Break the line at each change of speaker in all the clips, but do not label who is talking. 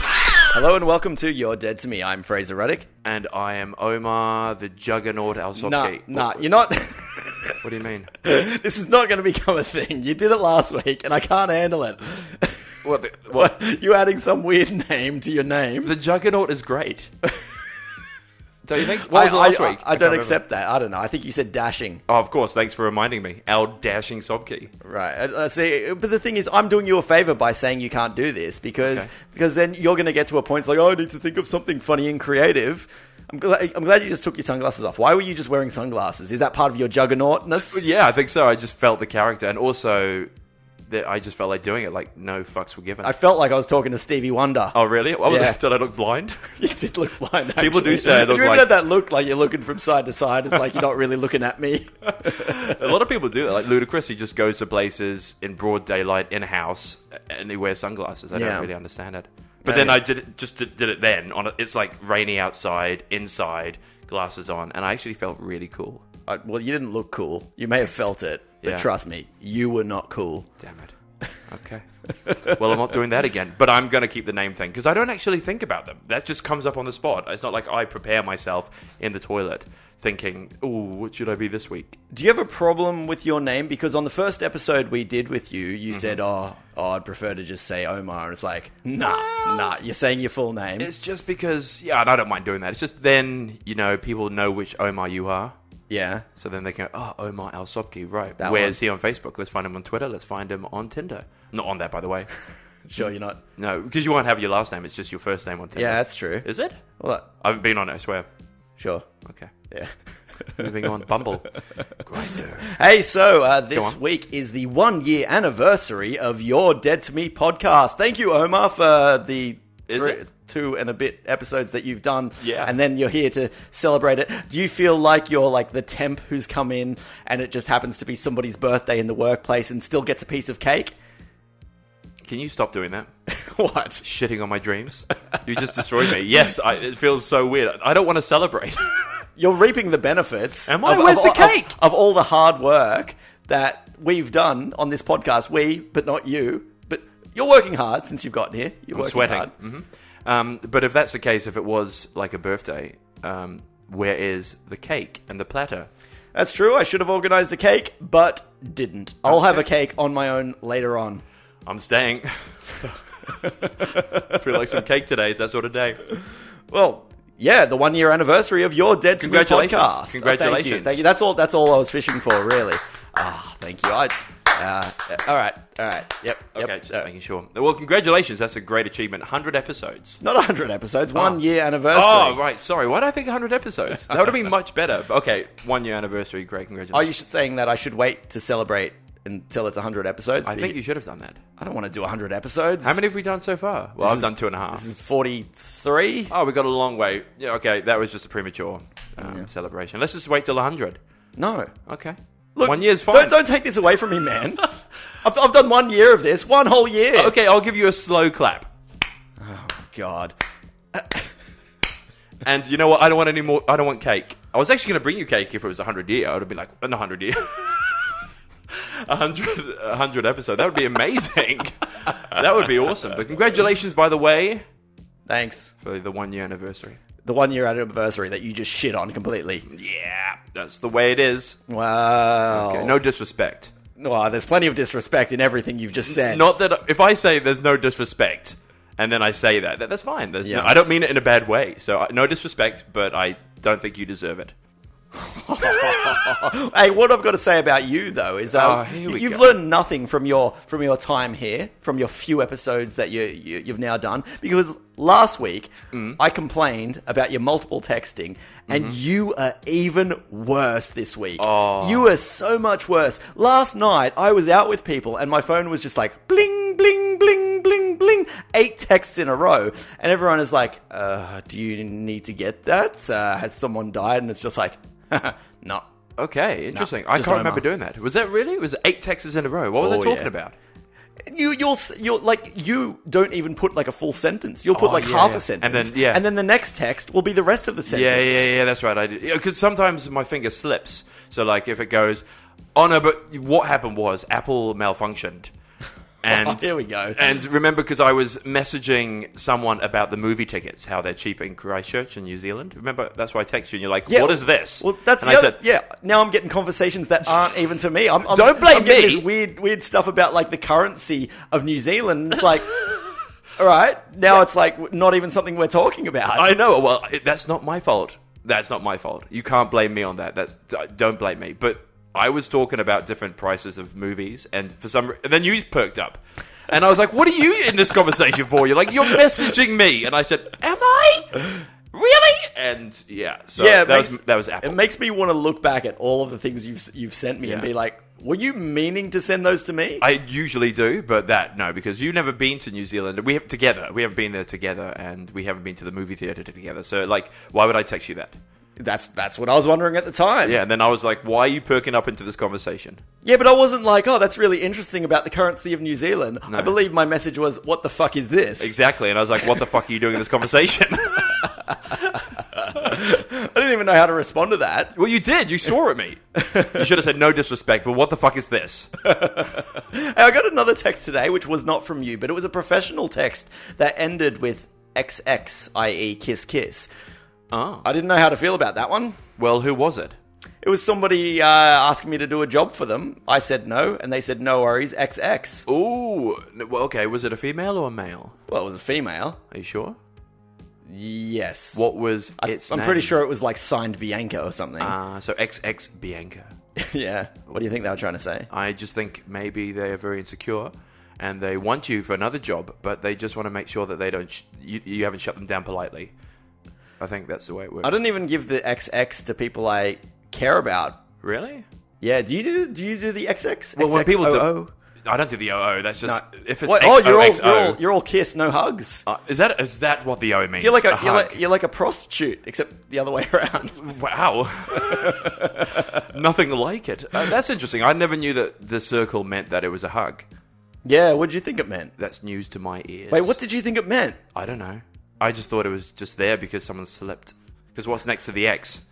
Hello and welcome to You're Dead to Me. I'm Fraser Ruddick.
And I am Omar, the juggernaut Al
Nah,
Sopke.
nah, you're not.
What do you mean?
this is not going to become a thing. You did it last week, and I can't handle it.
What? The, what?
you adding some weird name to your name?
the juggernaut is great. Don't you think? What was
I,
it last
I-
week?
I,
can't
don't
remember.
accept that. I don't know. I think you said dashing.
Oh, of course. Thanks for reminding me. Our dashing Sobke.
Right. I, I see. But the thing is, I'm doing you a favor by saying you can't do this because
Okay.
because then you're going to get to a point it's like, oh, I need to think of something funny and creative. I'm glad, I'm glad you just took your sunglasses off. Why were you just wearing sunglasses? Is that part of your juggernautness?
Yeah, I think so. I just felt the character, and also that I just felt like doing it. Like no fucks were given.
I felt like I was talking to Stevie Wonder.
oh, really? What was
Yeah.
that? Did I look blind?
You did look blind. Actually.
People do say I look
you even
like-
had that look, like you're looking from side to side. It's like you're not really looking at me.
a lot of people do that. Like Ludacris, he just goes to places in broad daylight in a house and he wears sunglasses. I
Yeah.
don't really understand it. But
No,
then
yeah.
I did it, just did, did it then. On a, it's like rainy outside, inside, glasses on, and I actually felt really cool.
I, Uh, well, you didn't look cool. You may have felt it, but
Yeah.
trust me, you were not cool.
Damn it. Okay. well, I'm not doing that again. But I'm going to keep the name thing because I don't actually think about them. That just comes up on the spot. It's not like I prepare myself in the toilet thinking, "Ooh, what should I be this week?"
Do you have a problem with your name? Because on the first episode we did with you, you said, "Oh, oh, I'd prefer to just say Omar." And it's like, nah, nah. You're saying your full name.
It's just because, yeah, and I don't mind doing that. It's just then, you know, people know which Omar you are.
yeah.
So then they go, oh, Omar Al Sobki, right.
That
Where's he on Facebook? Let's find him on Twitter. Let's find him on Tinder. Not on that, by the way.
Sure, you're not.
No, because you won't have your last name. It's just your first name on Tinder.
Yeah, that's true.
Is it?
Well, that-
I haven't been on it, I swear.
sure.
Okay.
Yeah.
Moving on, Bumble. Grinder.
Hey, so uh, this
on.
week is the one year anniversary of your Dead to Me podcast. Thank you, Omar, for the
Is
three-
it?
two and a bit episodes that you've done.
Yeah.
And then you're here to celebrate it. Do you feel like you're like the temp who's come in and it just happens to be somebody's birthday in the workplace and still gets a piece of cake?
Can you stop doing that?
what?
Shitting on my dreams? You just destroyed me. Yes, I, it feels so weird. I don't want to celebrate.
You're reaping the benefits.
Am I? Where's the cake?
Of, all the hard work that we've done on this podcast. We, but not you. But you're working hard since you've gotten here. You're
I'm
working
sweating.
hard.
hmm Um, but if that's the case, if it was like a birthday, um, where is the cake and the platter?
That's true. I should have organized a cake, but didn't. I'll have a cake on my own later on.
I'm staying. I feel like some cake today. Is that sort of day?
Well, yeah, the one year anniversary of your Dead to Me
Congratulations.
podcast. Oh, thank you.
Congratulations.
Thank you. That's all. That's all I was fishing for, really. Ah, thank you. I. Uh, all right. All right. Yep. yep.
Okay, just
Uh,
making sure. Well, congratulations. That's a great achievement. 100 episodes.
Not 100 episodes. One year anniversary.
Ah. Oh, right. Sorry. Why did I think 100 episodes? That would have been much better. Okay, one year anniversary. Great.
Are
Congratulations.
you saying that I should wait to celebrate until it's 100 episodes?
I think you should have done that.
I don't want to do 100 episodes.
How many have we done so far? Well, I've
is-
done two and a half.
This is 43.
Oh, we got a long way. Yeah, okay. That was just a premature um, celebration. Let's just wait till 100.
No.
Okay.
Look,
one year's fine.
Don't, don't take this away from me, man. I've, I've done one year of this, one whole year.
Okay, I'll give you a slow clap.
God.
And you know what? I don't want any more. I don't want cake. I was actually going to bring you cake if it was a 100 year. I would have been like, an 100 year. a 100, a 100 episode. That would be amazing. that would be awesome. But congratulations, by the way,
Thanks.
for the one year anniversary.
The one year anniversary that you just shit on completely.
Yeah, that's the way it is.
Wow.
Okay, no disrespect.
Wow, there's plenty of disrespect in everything you've just said.
Not that if I say there's no disrespect, and then I say that, that that's fine. There's
Yeah.
no, I don't mean it in a bad way. So I, no disrespect, but I don't think you deserve it.
Hey, what I've got to say about you though is um,
Oh, here we
you've
go.
learned nothing from your from your time here, from your few episodes that you, you you've now done. Because last week
Mm.
I complained about your multiple texting, and
Mm-hmm.
you are even worse this week.
Oh.
You are so much worse. Last night I was out with people, and my phone was just like bling bling bling bling bling, eight texts in a row, and everyone is like, uh, "Do you need to get that? Uh, has someone died?" And it's just like, no.
Okay, interesting. I
just
can't
Omar.
remember doing that. Was that really? It was eight texts in a row. What was
Oh,
I talking
yeah.
about?
You you'll s- you'll like you don't even put like a full sentence. You'll put
Oh,
like
yeah,
half
yeah.
a sentence,
And then- yeah.
and then the next text will be the rest of the sentence.
Yeah, yeah, yeah. That's right. I did because sometimes my finger slips. So like if it goes, oh no, but what happened was Apple malfunctioned. And
Oh, here we go.
And remember, because I was messaging someone about the movie tickets, how they're cheap in Christchurch in New Zealand. Remember, that's why I text you, and you're like,
Yeah.
"What is this?"
Well, that's
and
the
I
other-
said,
yeah. Now I'm getting conversations that aren't even to me. I'm, I'm
Don't blame
I'm getting
me.
This weird, weird stuff about like the currency of New Zealand. It's like, all right, now it's like not even something we're talking about.
I know. Well, it, that's not my fault. That's not my fault. You can't blame me on that. That's d- don't blame me. But I was talking about different prices of movies, and for some, re- and then you perked up, and I was like, "What are you in this conversation for?" You're like, "You're messaging me," and I said, "Am I really?" And yeah, so
yeah, it
that
makes-
was that was Apple.
It makes me want to look back at all of the things you've you've sent me and
Yeah.
be like, were you meaning to send those to me?
I usually do, but that no, because you've never been to New Zealand. We have together. We haven't been there together, and we haven't been to the movie theater together. So, like, why would I text you that?
that's that's what I was wondering at the time.
Yeah, and then I was like, why are you perking up into this conversation?
Yeah, but I wasn't like, oh, that's really interesting about the currency of New Zealand. I believe my message was, what the fuck is this?
Exactly. And I was like, what the fuck are you doing in this conversation?
I didn't even know how to respond to that.
well, you did. You swore at me. You should have said no disrespect, but what the fuck is this?
Hey, I got another text today, which was not from you, but it was a professional text that ended with XX, i.e., kiss kiss.
Oh.
I didn't know how to feel about that one.
Well, who was it?
It was somebody uh, asking me to do a job for them. I said no, and they said no worries, XX.
Ooh. n- Well, okay. Was it a female or a male?
Well, it was a female.
Are you sure?
Yes.
What was its
I'm
name?
pretty sure it was like signed Bianca or something.
Uh, so XX Bianca.
yeah. What do you think they were trying to say?
I just think maybe they are very insecure and they want you for another job, but they just want to make sure that they don't. Sh- you, you haven't shut them down politely. I think that's the way it works.
I didn't even give the XX to people I care about.
really?
Yeah, do you do do you do the XX?
Well, when people
XXOO?
do, I don't do the OO. That's just if it's
What?
XOXO,
oh, you're all, you're all you're all kiss, no hugs.
Uh, is that is that what the O means?
You're like a, you're
hug.
like, you're like a prostitute, except the other way around.
wow, nothing like it. Uh, that's interesting. I never knew that the circle meant that it was a hug.
yeah, what did you think it meant?
That's news to my ears.
Wait, what did you think it meant?
I don't know. I just thought it was just there because someone slipped. Because what's next to the X?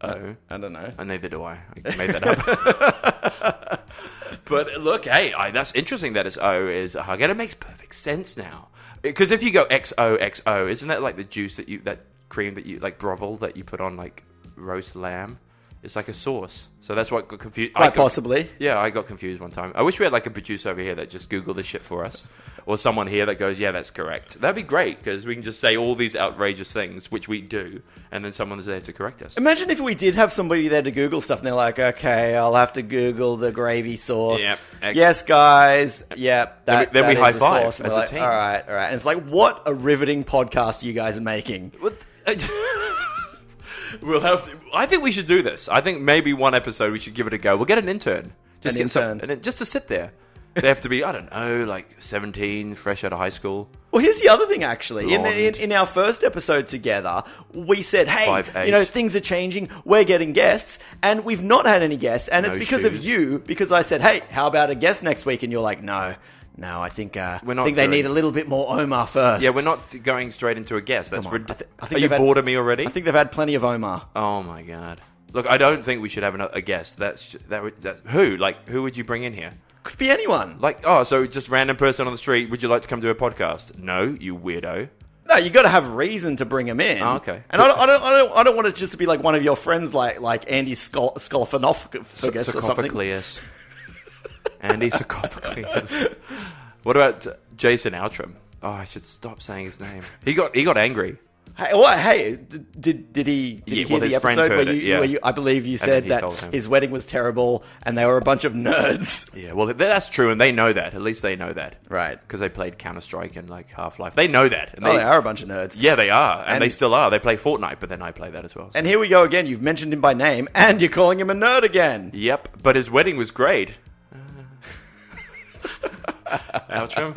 Uh,
Oh,
I don't know.
and neither do I. I made that up. but look, hey, I, that's interesting that it's O is a hug, and it makes perfect sense now. Because if you go XOXO, isn't that like the juice that you that cream that you like brothel that you put on like roast lamb? It's like a sauce. So that's what got confused.
Quite possibly.
Yeah, I got confused one time. I wish we had like a producer over here that just Google this shit for us, or someone here that goes, "Yeah, that's correct." That'd be great because we can just say all these outrageous things, which we do, and then someone is there to correct us.
Imagine if we did have somebody there to Google stuff, and they're like, "Okay, I'll have to Google the gravy sauce."
Yep. Ex-
Yes, guys. Yep. That,
then we
that is the
high-five
sauce. And
as
we're
a
like,
team.
All right, all right. And it's like, what a riveting podcast you guys are making.
What? we'll have. To, I think we should do this. I think maybe one episode we should give it a go. We'll get an intern. Just
An
get some-
intern.
and then- just to sit there. They have to be, I don't know, like seventeen, fresh out of high school.
Well, here's the other thing, actually. In, the, in,
Blonde.
in our first episode together, we said, hey,
Five, eight.
you know, things are changing. We're getting guests. And we've not had any guests. And it's
No
because of
shoes.
you, because I said, hey, how about a guest next week? And you're like, no, no, I think, uh,
We're
I
not
think they
doing-
need a little bit more Omar first.
Yeah, we're not going straight into a guest. That's
Come on.
rid-
I thi- I think
Are you
they've had-
bored of me already?
I think they've had plenty of Omar.
Oh my god! Look, I don't think we should have another, a guest. That's that. Would, that's who? Like, who would you bring in here?
Could be anyone.
Like, oh, so just random person on the street. Would you like to come do a podcast? No, you weirdo.
No, you got to have reason to bring him in.
Oh, okay.
And I don't, I don't, I don't, I don't want it just to be like one of your friends, like like Andy Scol- Scolophanophagus or something.
Sarcophagleus. Andy Sarcophagleus. What about uh, Jason Outram? Oh, I should stop saying his name. He got he got angry.
Hey, what? Hey, did did he did
Yeah,
he hear
well,
the
his friend
episode where
heard
you,
it, yeah.
where you? I believe you
then
said
he
that
told him.
his wedding was terrible and they were a bunch of nerds.
Yeah, well, th- that's true, and they know that. At least they know that,
Right.
Because they played Counter Strike and like Half Life. They know that. And
Oh, they are a bunch of nerds.
Yeah, they are, and,
And-
they still are. They play Fortnite, but then I play that as well. so-
And here we go again. You've mentioned him by name, and you're calling him a nerd again.
Yep, but his wedding was great. Outram.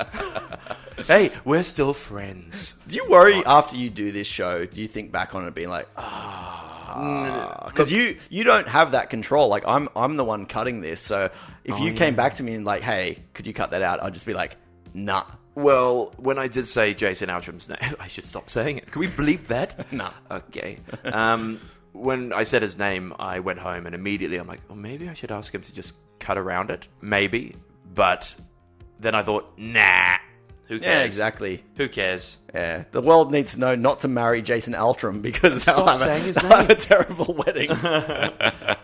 hey, we're still friends.
Do you worry after you do this show? Do you think back on it being like,
Mm.
ah? Because you you don't have that control. Like I'm I'm the one cutting this. So
Oh,
if you came back to me and like, hey, could you cut that out? I'd just be like, nah.
Well, when I did say Jason Outram's name, I should stop saying it. Can we bleep that?
No.
Okay. Um, when I said his name, I "Oh, went home and immediately I'm like, well, maybe I should ask him to just cut around it. Maybe. But Then I thought, nah, who cares?
Yeah, exactly.
Who cares?
Yeah, the world needs to know not to marry Jason Altram because
Stop
they'll have,
saying
a,
his
they'll have
name.
a terrible wedding.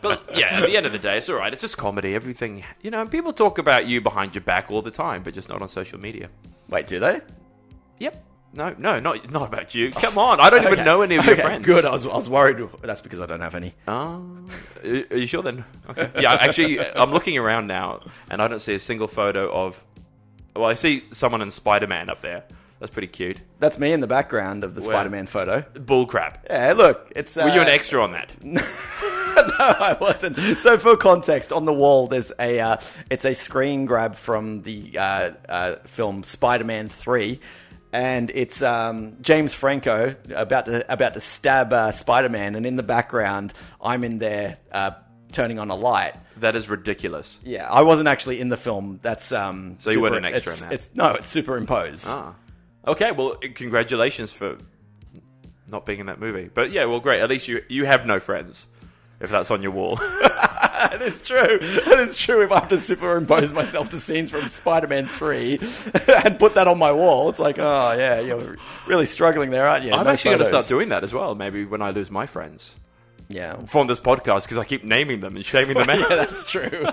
But yeah, at the end of the day, it's all right. It's just comedy. Everything, you know. And people talk about you behind your back all the time, but just not on social media.
Wait, do they?
Yep. No, no, not not about you. Come on, I don't even know any of your
Okay,
friends.
Good. I was, I was worried. That's because I don't have any.
Oh, are are you sure then? Okay. Yeah, actually, I'm looking around now, and I don't see a single photo of. Well, I see someone in Spider Man up there. That's pretty cute.
That's me in the background of the
Where?
Spider-Man photo.
Bull crap.
Yeah, look, it's. Uh,
Were you an extra on that?
no, I wasn't. So for context, on the wall there's a uh, it's a screen grab from the uh, uh, film Spider-Man Three, and it's um, James Franco about to about to stab uh, Spider-Man, and in the background I'm in there uh, turning on a light.
That is ridiculous.
Yeah, I wasn't actually in the film. That's um. So
you weren't an extra
it's,
in that?
It's no, it's superimposed.
Ah. Okay, well, congratulations for not being in that movie. But yeah, well, great. At least you you have no friends. If that's on your wall,
That is true. That is true. If I have to superimpose myself to scenes from Spider-Man Three and put that on my wall, it's like, oh yeah, you're really struggling there, aren't you?
I'm
No
actually going to
photos.
start doing that as well. Maybe when I lose my friends
Yeah.
from this podcast, because I keep naming them and shaming them out.
Yeah, that's true.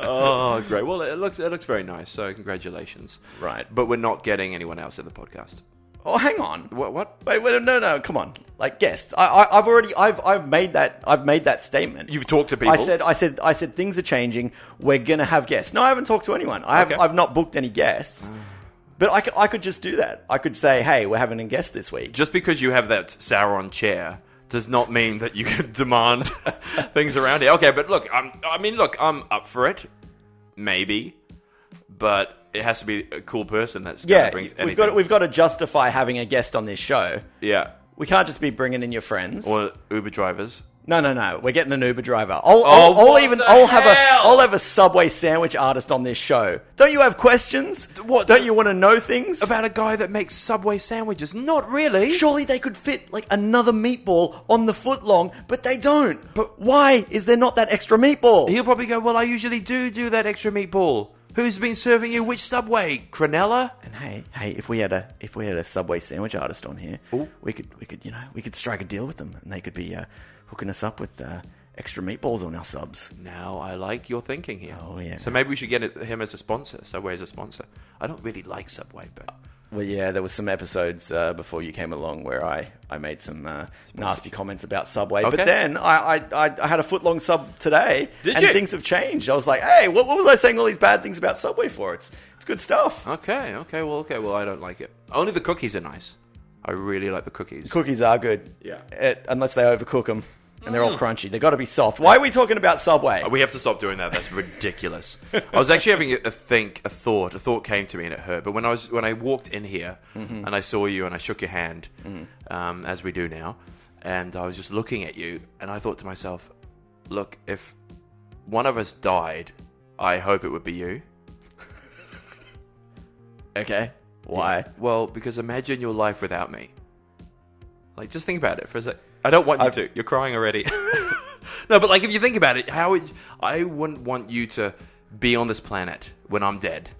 Oh, great! Well, it looks it looks very nice. So, congratulations.
Right.
but we're not getting anyone else in the podcast.
oh, hang on.
What? What?
Wait, wait, no, no, come on. Like guests, I, I, I've already, I've, I've made that, I've made that statement.
You've talked to people.
I said, I said, I said, things are changing. We're gonna have guests. No, I haven't talked to anyone. I have,
Okay.
I've not booked any guests. But I could, I could just do that. I could say, hey, we're having a guest this week.
just because you have that Sauron chair does not mean that you can demand things around here. Okay, but look, I'm, I mean, look, I'm up for it, maybe, but it has to be a cool person that's gonna
Yeah,
brings
we've
anything.
got, we've got to justify having a guest on this show.
yeah,
We can't just be bringing in your friends.
or Uber drivers.
no, no, no. We're getting an Uber driver. I'll, I'll, I'll
Oh, what
even,
the
I'll have
hell?
a, I'll have a Subway sandwich artist on this show. Don't you have questions?
What?
Don't you want to know things?
About a guy that makes Subway sandwiches? Not really.
Surely they could fit like another meatball on the foot long, but they don't. But why is there not that extra meatball?
He'll probably go, Well, I usually do do that extra meatball. Who's been serving you which Subway? Cronella?
And hey, hey, if we had a if we had a Subway sandwich artist on here, we could we could you know we could strike a deal with them, and they could be uh, hooking us up with uh, extra meatballs on our subs.
Now I like your thinking here.
Oh, yeah.
So maybe we should get it- him as a sponsor. Subway as a sponsor. I don't really like Subway, but
Well, yeah, there was some episodes uh, before you came along where I, I made some uh, nasty comments about Subway.
Okay.
But then I, I, I, I had a foot long sub today,
Did
and
you?
things have changed. I was like, hey, what, what was I saying all these bad things about Subway for? It's it's good stuff.
okay, okay, well, okay, well, I don't like it. Only the cookies are nice. I really like the cookies.
Cookies are good,
Yeah. Mm.
Eh, unless they overcook them and they're all crunchy. They've got to be soft. Why are we talking about Subway?
We have to stop doing that. That's ridiculous. I was actually having a think, a thought. A thought came to me and it hurt. But when I was when I walked in here and I saw you and I shook your hand, um, as we do now, and I was just looking at you and I thought to myself, look, if one of us died, I hope it would be you.
Okay, why?
Well, because imagine your life without me. Like, just think about it for a sec. I don't want you to. You're crying already. no, but like, if you think about it, how would I wouldn't want you to be on this planet when I'm dead?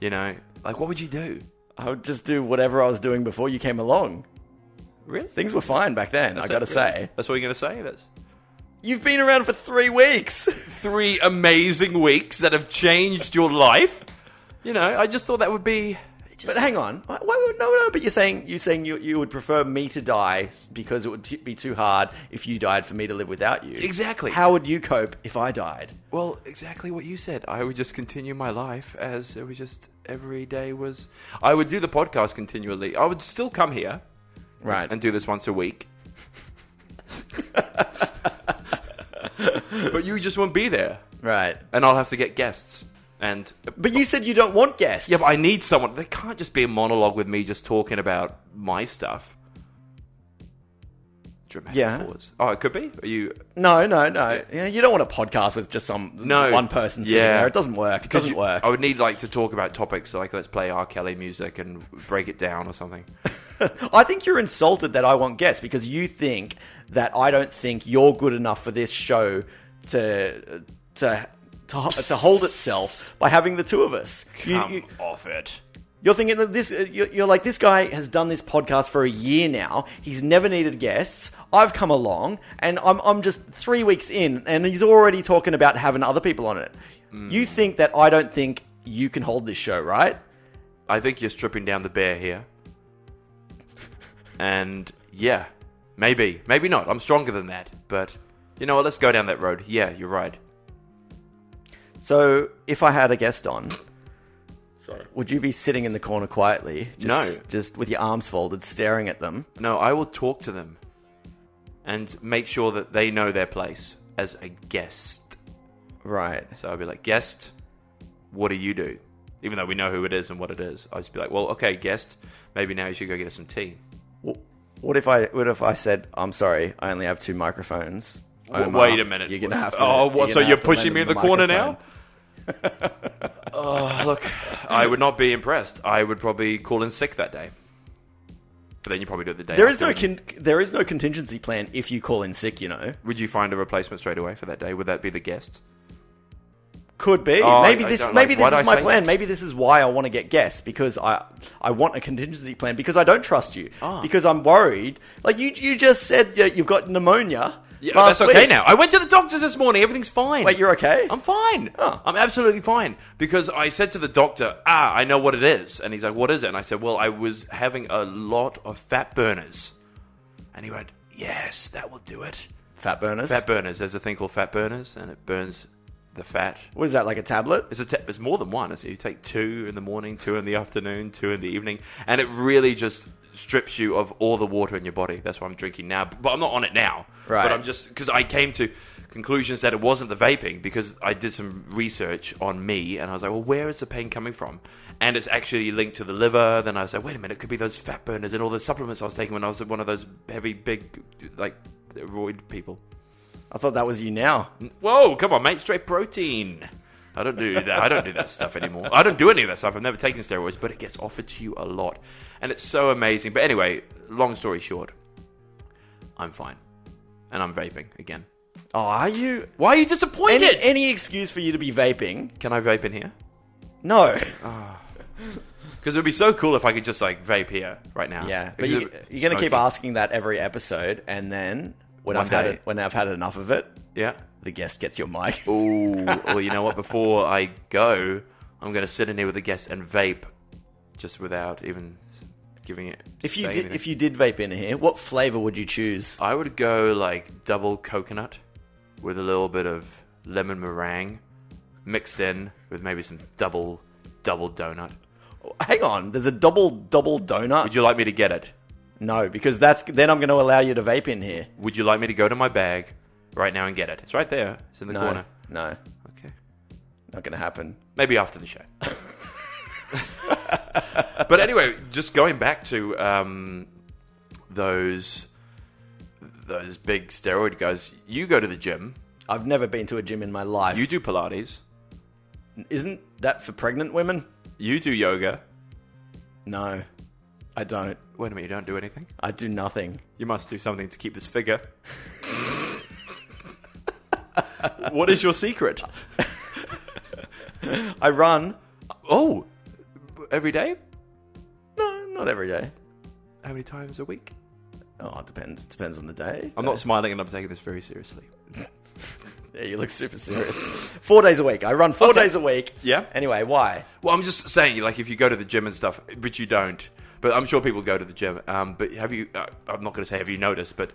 You know, like, what would you do?
I would just do whatever I was doing before you came along.
Really?
Things were fine back then, I gotta say.
that's what you're gonna say. That's
You've been around for three weeks.
three amazing weeks that have changed your life. You know, I just thought that would be.
But hang on, Why- why would- no, no. But you're saying you're saying you you would prefer me to die because it would t- be too hard if you died for me to live without you.
Exactly.
How would you cope if I died?
Well, exactly what you said. I would just continue my life as it was just every day was. I would do the podcast continually. I would still come here
Right.
and do this once a week. but you just won't be there.
right.
And I'll have to get guests. And
But you said you don't want guests.
yeah, but I need someone. There can't just be a monologue with me just talking about my stuff. Dramatic
Yeah.
pause. Oh, it could be. Are you
No, no, no. Yeah, you don't want a podcast with just some
No.
one person sitting
Yeah.
there. It doesn't work. It doesn't
you-
work.
I would need like to talk about topics like let's play R. Kelly music and break it down or something.
I think you're insulted that I want guests because you think that I don't think you're good enough for this show to to to, to hold itself by having the two of us. You-
Come
you-
off it.
you're thinking that this, uh, you're you're like, this guy has done this podcast for a year now. He's never needed guests. I've come along and I'm, I'm just three weeks in and he's already talking about having other people on it.
Hmm.
You think that I don't think you can hold this show, right?
I think you're stripping down the bear here. And yeah, maybe, maybe not. I'm stronger than that. But you know what? Let's go down that road. Yeah, you're right.
So if I had a guest on,
Sorry.
would you be sitting in the corner quietly? Just,
No.
Just with your arms folded, staring at them?
No, I will talk to them and make sure that they know their place as a guest.
Right.
So I'll be like, guest, what do you do? Even though we know who it is and what it is, I'll just be like, well, okay, guest, maybe now you should go get us some tea.
Wh- What if I what if I said I'm sorry? I only have two microphones.
W-
Omar,
wait a minute.
You're gonna have to.
Oh, what,
gonna
so you're
have to lend
pushing me in
them
the, corner now?
microphone.
oh, look, I would not be impressed. I would probably call in sick that day. But then you probably do it the day.
There is no
after.
con- there is no contingency plan if you call in sick. You know,
Would you find a replacement straight away for that day? Would that be the guest?
could be.
Oh,
maybe
I- I
this
don't
maybe
like- why'd
this
I
is my
say
plan.
that?
Maybe this is why I want to get guests because I I want a contingency plan because I don't trust you
Ah.
because I'm worried. Like you you just said that you've got pneumonia.
Yeah,
last
Oh, that's okay
week.
now. I went to the doctor's this morning. Everything's fine.
Wait, you're okay?
I'm fine.
Oh.
I'm absolutely fine because I said to the doctor, "Ah, I know what it is," and he's like, "What is it?" And I said, "Well, I was having a lot of fat burners," and he went, "Yes, that will do it."
fat burners.
Fat burners. There's a thing called fat burners, and it burns the fat.
what is that like a tablet?
It's a te- it's more than one. It's, you take two in the morning, two in the afternoon, two in the evening, and it really just strips you of all the water in your body. That's why I'm drinking now, but I'm not on it now.
Right.
But I'm just because I came to conclusions that it wasn't the vaping because I did some research on me and I was like, well, where is the pain coming from? And it's actually linked to the liver. Then I was like, wait a minute, it could be those fat burners and all the supplements I was taking when I was one of those heavy, big, like, roid people.
I thought that was you now.
Whoa, come on, mate. Straight protein. I don't do that. I don't do that stuff anymore. I don't do any of that stuff. I've never taken steroids, but it gets offered to you a lot. And it's so amazing. But anyway, long story short, I'm fine. And I'm vaping again.
Oh, are you?
Why are you disappointed?
Any, any excuse for you to be vaping?
Can I vape in here?
No.
Because it would be so cool if I could just like vape here right now.
Yeah, but
Because
you,
it-
you're going to keep
smoking.
asking that every episode, and then when
One
I've had
day.
it, when I've had enough of it,
Yeah.
the guest gets your mic.
Ooh, well, you know what? Before I go, I'm going to sit in here with a guest and vape just without even giving it.
If you
saying
did,
anything.
if you did vape in here, what flavor would you choose?
I would go like double coconut with a little bit of lemon meringue mixed in with maybe some double double donut.
Oh, Hang on, there's a double double donut.
Would you like me to get it?
no, because that's then I'm going to allow you to vape in here.
Would you like me to go to my bag right now and get it? It's right there. It's in the
No,
corner.
no,
Okay.
not going to happen.
Maybe after the show. but anyway, just going back to um, those those big steroid guys. You go to the gym.
I've never been to a gym in my life.
You do Pilates.
Isn't that for pregnant women?
You do yoga.
No, I don't.
Wait a minute, you don't do anything?
I do nothing.
You must do something to keep this figure. what is your secret?
I run.
Oh, every day?
No, not every day.
How many times a week? Uh,
Oh, it depends. Depends on the day.
I'm not smiling and I'm taking this very seriously.
Yeah, you look super serious. four days a week. I run four
Okay.
days a week.
Yeah. Uh,
Anyway, why?
Well, I'm just saying, like, if you go to the gym and stuff, but you don't. But I'm sure people go to the gym. Um, but have you? Uh, I'm not going to say have you noticed, but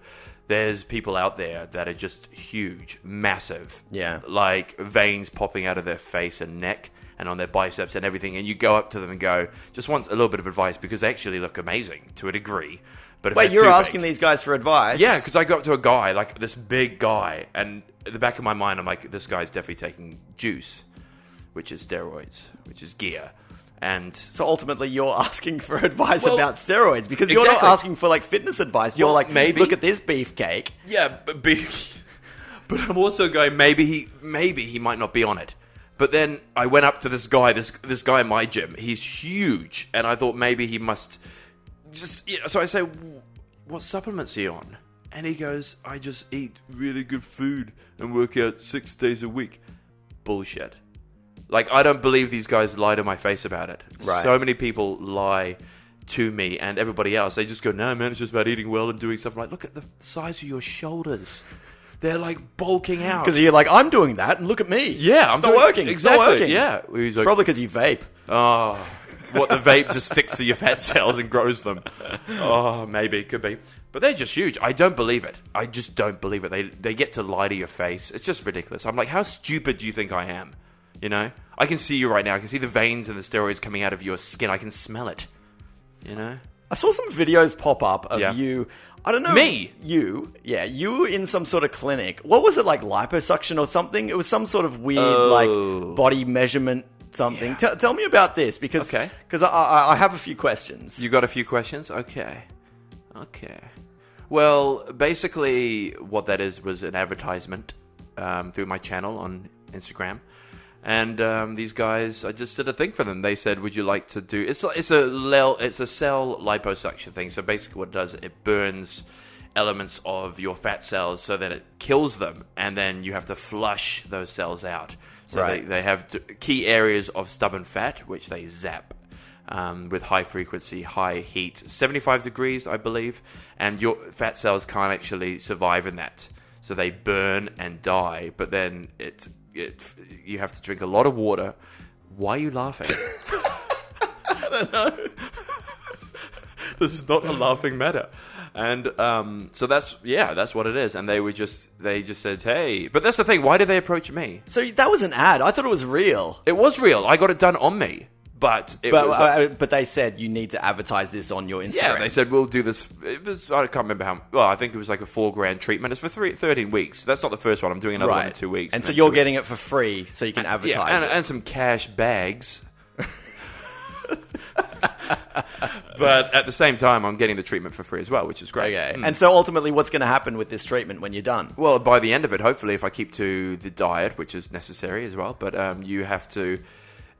there's people out there that are just huge, massive.
Yeah.
Like veins popping out of their face and neck and on their biceps and everything. And you go up to them and go, just want a little bit of advice because they actually look amazing to a degree. But if
Wait,
they're
you're
too
asking
big-
these guys for advice?
yeah, because I go up to a guy, like this big guy, and at the back of my mind, I'm like, this guy's definitely taking juice, which is steroids, which is gear. And
So ultimately, you're asking for advice
Well,
about steroids because you're
exactly.
not asking for like fitness advice. You're
Well,
like,
maybe.
look at this beefcake.
yeah, but, be, but I'm also going, maybe he, maybe he might not be on it. But then I went up to this guy, this this guy in my gym. He's huge, and I thought maybe he must just. Yeah, so I say, what supplements are you on? And he goes, I just eat really good food and work out six days a week. bullshit. Like I don't believe these guys lie to my face about it.
Right.
So many people lie to me and everybody else. They just go, "No, man, it's just about eating well and doing stuff." I'm like, look at the size of your shoulders. They're like bulking out.
Because you're like, I'm doing that, and look at me.
yeah,
it's
I'm
not
doing-
working. It's
Exactly.
not working.
Yeah. He's
It's
like,
probably because you vape.
Oh, what the vape just sticks to your fat cells and grows them. Oh, maybe could be, but they're just huge. I don't believe it. I just don't believe it. They they get to lie to your face. It's just ridiculous. I'm like, how stupid do you think I am? You know, I can see you right now. I can see the veins and the steroids coming out of your skin. I can smell it. You know,
I saw some videos pop up of
Yeah.
you. I don't know.
Me?
You. Yeah, you were in some sort of clinic. What was it like? Liposuction or something? It was some sort of weird,
Oh.
like, body measurement something. Tell tell me about this because
Okay.
cause I, I, I have a few questions.
you got a few questions. Okay, okay. Well, basically, what that is was an advertisement um, through my channel on Instagram, and um, these guys, I just did a thing for them. They said, "Would you like to do?" It's like- it's a lel- it's a cell liposuction thing. So basically, what it does, it burns elements of your fat cells so that it kills them, and then you have to flush those cells out. So
Right.
they, they have t- key areas of stubborn fat which they zap um, with high frequency, high heat, 75 degrees, I believe, and your fat cells can't actually survive in that. So they burn and die, but then it, it you have to drink a lot of water. Why are you laughing? this is not a laughing matter. And um, so that's yeah, that's what it is. And they were just they just said, hey, but that's the thing. Why did they approach me?
So that was an ad. I thought it was real.
It was real. I got it done on me, but it
But,
was. like-
uh, but they said you need to advertise this on your Instagram.
yeah, they said we'll do this. It was, I can't remember how. Well, I think it was like a four grand treatment. It's for three, 13 weeks. That's not the first one. I'm doing another one in two weeks.
And so
then
you're
two weeks.
getting it for free so you can advertise
yeah, and,
it.
and some cash bags. but at the same time, I'm getting the treatment for free as well, which is great.
Okay.
Mm.
And so ultimately, what's going to happen with this treatment when you're done?
Well, by the end of it, hopefully, if I keep to the diet, which is necessary as well, but um, you have to.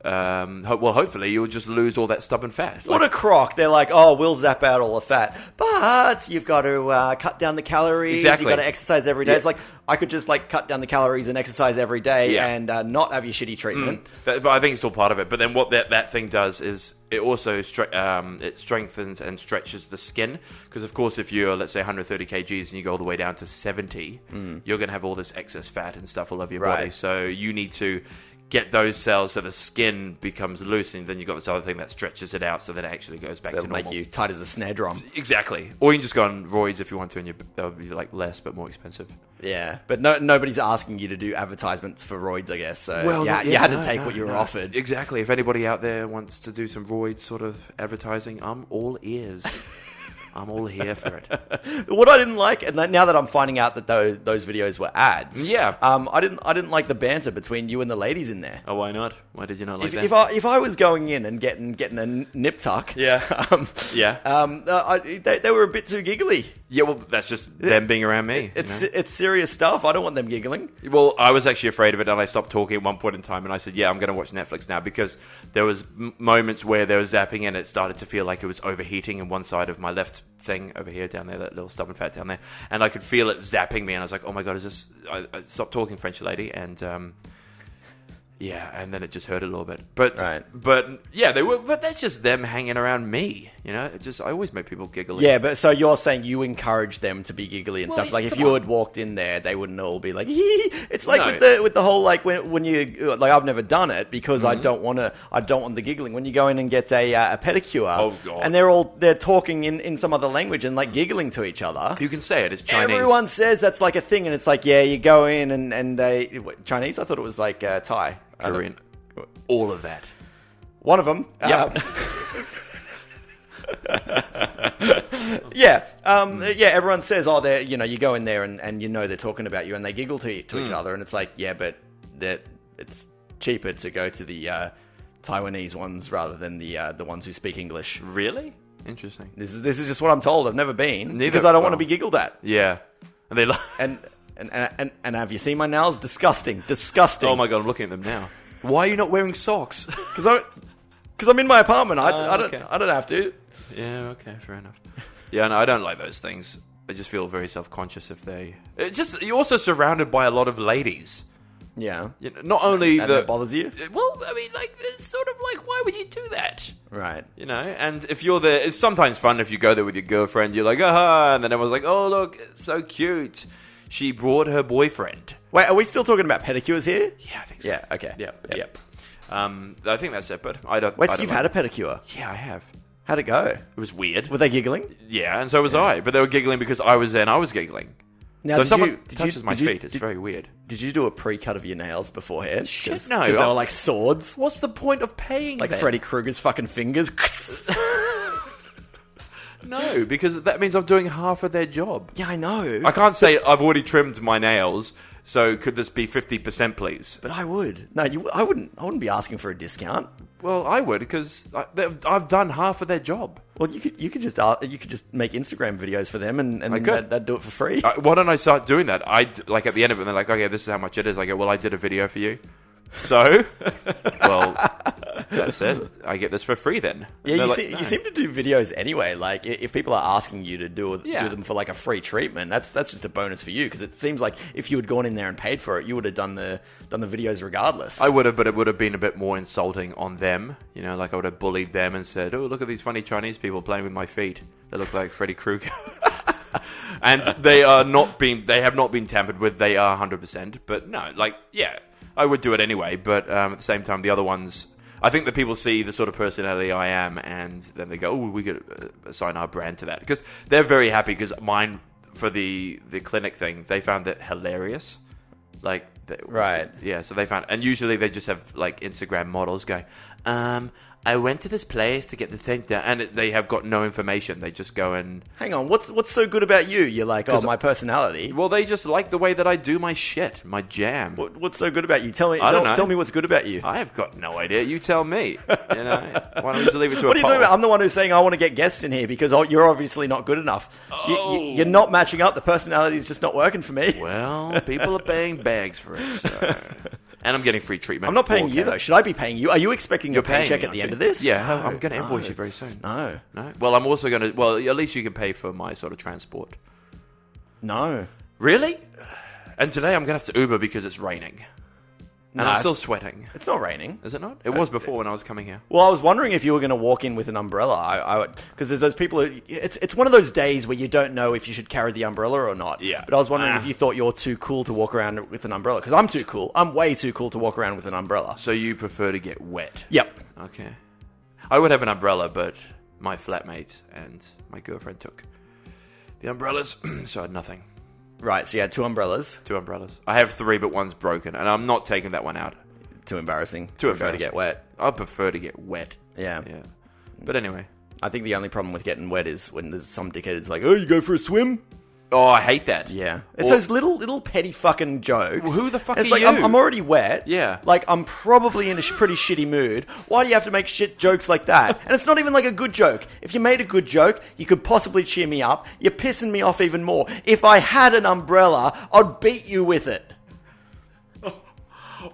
Um, ho- well, hopefully, you'll just lose all that stubborn fat. Like,
What a crock. They're like, oh, we'll zap out all the fat, but you've got to uh, cut down the calories.
Exactly.
You've got to exercise every day.
Yeah.
It's like, I could just like cut down the calories and exercise every day
Yeah. Mm,
and uh, not have your shitty treatment.
That, but I think it's all part of it. But then what that, that thing does is it also stre- um, it strengthens and stretches the skin because of course if you're let's say 130 kgs and you go all the way down to 70, you're going to have all this excess fat and stuff all over your body.
Mm. Right.
So you need to get those cells so the skin becomes loose, and then you've got this other thing that stretches it out so that it actually goes back
That'll
to
make
normal.
you tight as a snare drum.
Exactly. Or you can just go on roids if you want to, and you, that'll be like less but more expensive.
Yeah. But no, nobody's asking you to do advertisements for roids, I guess. So yeah,
not
you
yet,
had
no,
to take
no,
what you were
no.
offered.
Exactly. If anybody out there wants to do some roid sort of advertising, I'm all ears. I'm all here for it.
What I didn't like, and now that I'm finding out that those, those videos were ads,
Yeah.
um, I didn't, I didn't like the banter between you and the ladies in there.
Oh, why not? Why did you not
If,
like that?
if I if I was going in and getting getting a n- nip tuck,
Yeah.
um,
Yeah.
um, uh, I, they, they were a bit too giggly.
yeah, well, that's just them being around me. you
It's
know?
it's serious stuff. I don't want them giggling.
Well, I was actually afraid of it, and I stopped talking at one point in time, and I said, "Yeah, I'm going to watch Netflix now," because there was m- moments where they were zapping, and it started to feel like it was overheating in one side of my left thing over here, down there, that little stubborn fat down there, and I could feel it zapping me, and I was like, "Oh my god, is this?" I, I stopped talking French lady, and um, yeah, and then it just hurt a little bit, but
Right.
but yeah, they were, but that's just them hanging around me, you know. It just I always make people giggle.
Yeah, but so you're saying you encourage them to be giggly and
Well,
stuff. Like if
come
you
on.
had walked in there, they wouldn't all be like. "Hee." It's like
No.
with the with the whole like when when you like I've never done it because I don't want to. I don't want the giggling when you go in and get a uh, a pedicure.
Oh, God.
And they're all they're talking in in some other language and like giggling to each other.
you can say it. It's Chinese.
Everyone says that's like a thing, and it's like, yeah, you go in and and they what, Chinese. I thought it was like uh, Thai, I don't-
Korean, all of that.
One of uh, them.
Yep.
Um, yeah, um,
Hmm.
yeah. Everyone says, oh, they are you know, you go in there and, and you know they're talking about you, and they giggle to, you, to
Hmm.
each other, and it's like, yeah, but that it's cheaper to go to the uh, Taiwanese ones rather than the uh, the ones who speak English.
Really interesting.
This is this is just what I'm told. I've never been
Neither-
because I don't want to be
well.
giggled at.
Yeah, and they like.
And and, and and and have you seen my nails? Disgusting, disgusting.
Oh my god, I'm looking at them now. Why are you not wearing socks?
because I'm because I'm in my apartment. I,
Ah,
I don't
okay.
I don't have to.
yeah, okay, fair enough. Yeah, no, I don't like those things. I just feel very self conscious if they. It's just you're also surrounded by a lot of ladies.
Yeah.
You know, not only
That,
the Eh,
that bothers you?
well, I mean, like it's sort of like why would you do that?
Right.
You know, and if you're there, it's sometimes fun if you go there with your girlfriend. You're like, ah, and then everyone's like, oh look, it's so cute. She brought her boyfriend.
Wait, are we still talking about pedicures here?
Yeah, I think so.
Yeah, okay.
Yep. Yep. Um, I think that's it. But I don't.
Wait,
I
so
don't
you've
like-
had a pedicure.
Yeah, I have.
How'd it go?
It was weird.
Were they giggling?
yeah, and so was I. But they were giggling because I was there and I was giggling.
Now,
so
did
if someone
you- did you-
touches my
did you-
feet, it's
did-
very weird.
Did you do a pre-cut of your nails beforehand?
Shit,
'Cause-
no.
'cause they were like swords,
What's the point of paying?
like
then?
Freddy Krueger's fucking fingers.
No, because that means I'm doing half of their job.
yeah, I know,
I can't say I've already trimmed my nails, so could this be 50%, please?
but I would. No, you. I wouldn't. I wouldn't be asking for a discount.
Well, I would, because I've done half of their job.
Well, you could. You could just. ask you could just make Instagram videos for them, and and
could.
that, that'd do it for free.
I, why don't I start doing that? I d- like at the end of it, and they're like, okay, this is how much it is. I go, well, I did a video for you, so well, that's it. I get this for free then.
yeah, you, see, you seem to do videos anyway. Like, i- if people are asking you to do
Yeah.
do them for like a free treatment, that's that's just a bonus for you because it seems like if you had gone in there and paid for it, you would have done the done the videos regardless.
I would have, but it would have been a bit more insulting on them. You know, like I would have bullied them and said, "Oh, look at these funny Chinese people playing with my feet. They look like Freddy Krueger." and they are not been they have not been tampered with. They are hundred percent. But no, like yeah, I would do it anyway. But um, at the same time, the other ones. I think that people see the sort of personality I am, and then they go, "Oh, we could uh, assign our brand to that," because they're very happy. Because mine for the the clinic thing, they found it hilarious. Like, they,
Right.
yeah, so they found, and usually they just have like Instagram models going, um, I went to this place to get the thing done, and it, they have got no information. They just go and
Hang on, what's what's so good about you? You're like, oh, my personality.
well, they just like the way that I do my shit, my jam.
What, what's so good about you? Tell me.
I
Tell,
don't know.
tell me what's good about you.
I have got no idea. You tell me. You know, why don't we just leave it to
What are
a
you talking
poll?
about? I'm the one who's saying I want to get guests in here because oh, you're obviously not good enough. You,
Oh.
are not matching up. The personality is just not working for me.
Well, people are paying bags for it, so. and I'm getting free treatment.
I'm not
for
paying you
4K.
though. Should I be paying you? Are you expecting
You're
a
paying
paycheck
me,
at the
aren't
end
you?
of this?
Yeah, I'm going to invoice you very soon.
No,
No. Well, I'm also going to. Well, at least you can pay for my sort of transport.
no.
Really? And today I'm gonna have to Uber because it's raining, and
Nah,
I'm still
it's-
sweating.
It's not raining.
Is it not? It was before when I was coming here.
Well, I was wondering if you were going to walk in with an umbrella. I, I would because there's those people. Who, it's it's one of those days where you don't know if you should carry the umbrella or not.
Yeah.
But I was wondering
Ah.
if you thought you're too cool to walk around with an umbrella because I'm too cool. I'm way too cool to walk around with an umbrella.
So you prefer to get wet?
Yep.
Okay. I would have an umbrella, but my flatmate and my girlfriend took the umbrellas, so I had nothing.
Right. So you had two umbrellas.
Two umbrellas. I have three, but one's broken, and I'm not taking that one out.
Too embarrassing.
Too
Prefer to
embarrassing.
get wet.
I prefer to get wet.
Yeah.
Yeah. But anyway.
I think the only problem with getting wet is when there's some dickhead that's like, "Oh, you go for a swim."
Oh, I hate that.
Yeah,
Or-
it's those little little petty fucking jokes.
Well, who the fuck
It's
are
like
you?
I'm, I'm already wet.
Yeah.
like I'm probably in a sh- pretty shitty mood. Why do you have to make shit jokes like that? And it's not even like a good joke. If you made a good joke, you could possibly cheer me up. You're pissing me off even more. If I had an umbrella, I'd beat you with it.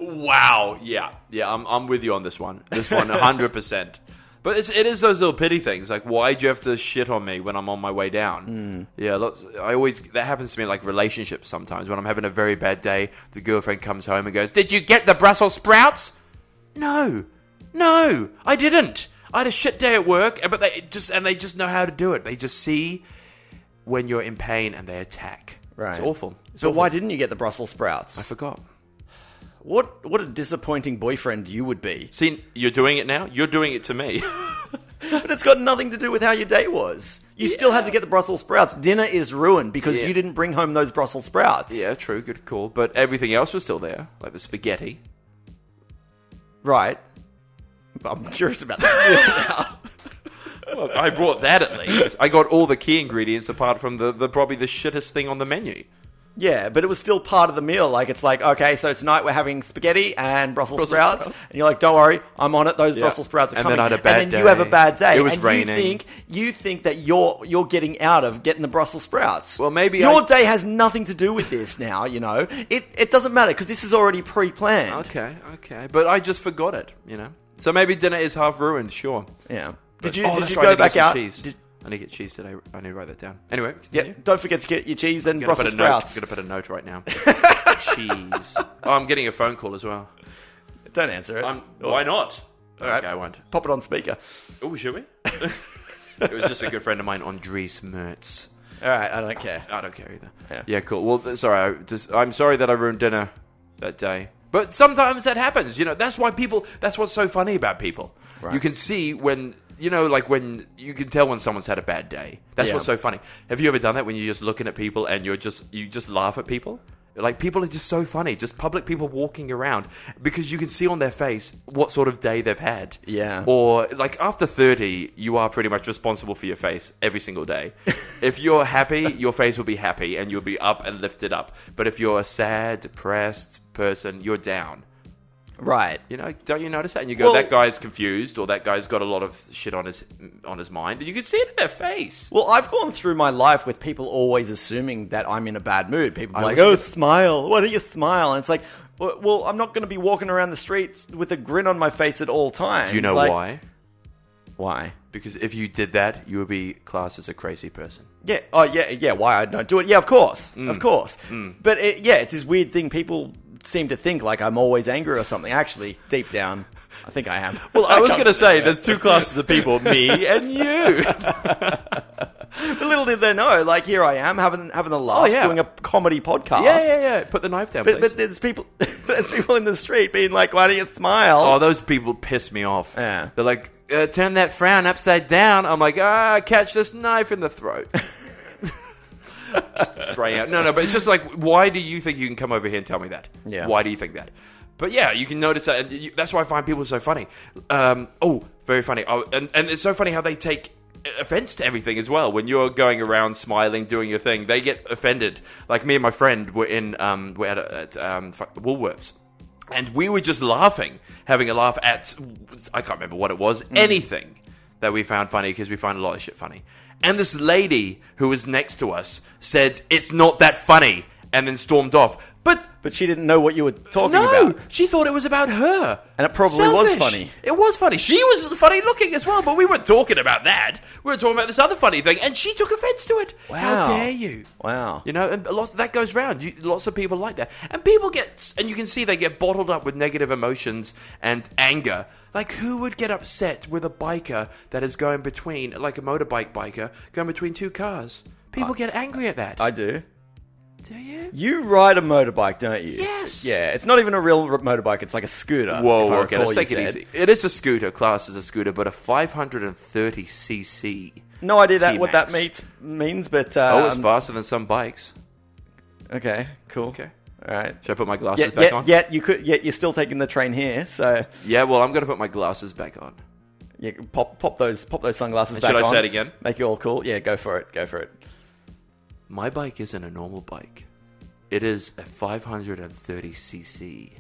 Wow. Yeah. Yeah. I'm, I'm with you on this one. This one, 100%. But it's, it is those little pity things. Like, why do you have to shit on me when I'm on my way down? Yeah. Lots, I always, that happens to me in like relationships sometimes. When I'm having a very bad day, the girlfriend comes home and goes, Did you get the Brussels sprouts? No. No. I didn't. I had a shit day at work, eh, but they just, and they just know how to do it. They just see when you're in pain and they attack. It's
Right.
awful. It's
So
awful.
why didn't you get the Brussels
I
sprouts?
forgot.
What what a disappointing boyfriend you would be.
See, you're doing it now. You're doing it to me.
But it's got nothing to do with how your day was. You still had to get the Brussels sprouts. Dinner is ruined because
Yeah.
you didn't bring home those Brussels sprouts.
Yeah, true, good call. But everything else was still there, like the spaghetti.
Right. But I'm curious about this. now.
I brought that at least. I got all the key ingredients apart from the, the probably the shittest thing on the menu.
yeah, but it was still part of the meal. Like, it's like, okay, so tonight we're having spaghetti and Brussels,
Brussels
sprouts.
sprouts.
And you're like, don't worry, I'm on it. Those
Yeah.
Brussels sprouts are
And
coming.
then I had a bad
and then you have a
day.
bad day.
It was
and
raining.
You think, you think that you're, you're getting out of getting the Brussels sprouts.
Well, maybe
Your
I-
day has nothing to do with this now, you know? It, it doesn't matter because this is already pre planned.
Okay, okay. But I just forgot it, you know? So maybe dinner is half ruined, sure.
Yeah.
But-
Did you,
oh,
did
that's
you
right,
go
I need to get
back
some
out?
Cheese.
Did,
I need to get cheese today. I need to write that down. Anyway,
yeah,
continue.
don't forget to get your cheese and
I'm gonna
Brussels
put a note.
sprouts.
I'm gonna put a note right now. Jeez. Oh, I'm getting a phone call as well.
Don't answer it.
I'm,
Or-
why not?
Oh. All right.
Okay, I won't.
Pop it on speaker.
Oh, should we? it was just a good friend of mine, Andres Mertz.
All right, I don't care.
I don't care either.
Yeah.
Yeah, cool. Well, th- sorry. I just, I'm sorry that I ruined dinner that day. But sometimes that happens. You know, that's why people. That's what's so funny about people.
Right.
You can see when you know, like when you can tell when someone's had a bad day. That's
Yeah.
what's so funny. Have you ever done that when you're just looking at people and you're just you just laugh at people? Like people are just so funny. Just public people walking around because you can see on their face what sort of day they've had.
Yeah.
Or like after 30, you are pretty much responsible for your face every single day. if you're happy, your face will be happy and you'll be up and lifted up. But if you're a sad, depressed person, you're down.
Right.
You know, don't you notice that? And you
Well-
go, that guy's confused or that guy's got a lot of shit on his on his mind. And you can see it in their face.
Well, I've gone through my life with people always assuming that I'm in a bad mood. People are like,
was-
"Oh, smile. Why don't you smile?" And it's like, well, well I'm not going to be walking around the streets with a grin on my face at all times.
Do you know
Like,
why?
Why?
Because if you did that, you would be classed as a crazy person.
Yeah. Oh, yeah. Yeah. Why I don't do it? Yeah, of course,
Mm.
of course. But it, yeah, it's this weird thing. People seem to think like I'm always angry or something. Actually, deep down, I think I am.
Well, I was
can't-
going to say, there's two classes of people me and you.
But little did they know, like here I am having having a laugh,
Oh, yeah.
doing a comedy podcast.
yeah, yeah, yeah. Put the knife down,
But,
please.
but there's people, there's people in the street being like, "Why do you smile?"
Oh, those people piss me off.
Yeah.
They're like, uh, turn that frown upside down. I'm like, ah, catch this knife in the throat. Spray out. No, no, but it's just like, why do you think you can come over here and tell me that?
Yeah.
Why do you think that? But yeah, you can notice that. And you, that's why I find people so funny. Um, oh, very funny. Oh, and, and it's so funny how they take offense to everything as well. When you're going around smiling, doing your thing, they get offended. Like me and my friend were in, um, we're at, a, at um, fu- Woolworths. And we were just laughing, having a laugh at, I can't remember what it was, anything that we found funny because we find a lot of shit funny. And this lady who was next to us said, It's not that funny, and then stormed off. But
But she didn't know what you were talking
no,
about.
she thought it was about her.
And it probably was
Selfish.
funny.
It was funny. She was funny looking as well, but we weren't talking about that. We were talking about this other funny thing, and she took offense to it.
Wow.
How dare you?
Wow.
You know, and lots that goes round. You, lots of people like that, and people get, and you can see they get bottled up with negative emotions and anger. Like, who would get upset with a biker that is going between, like a motorbike biker going between two cars? People get angry at that.
I do.
Do you?
You ride a motorbike, don't you?
Yes.
Yeah, it's not even a real r- motorbike. It's like a scooter.
Whoa,
Uh, if I
okay,
recall
let's take
you
it
said.
easy. It is a scooter, class as a scooter, but a 530cc.
No idea that what that
T-Max.
means, means but uh,
Oh, it's
um,
faster than some bikes.
Okay, cool.
Okay.
all right.
Should I put my glasses
Yet,
back on?
yet, yet you could. Yet you're still taking the train here, so
Yeah, well, I'm going to put my glasses back on.
you can pop pop those pop those sunglasses back
should I
on.
say it again?
Make you all cool. Yeah, go for it. Go for it.
My bike isn't a normal bike. It is a 530cc.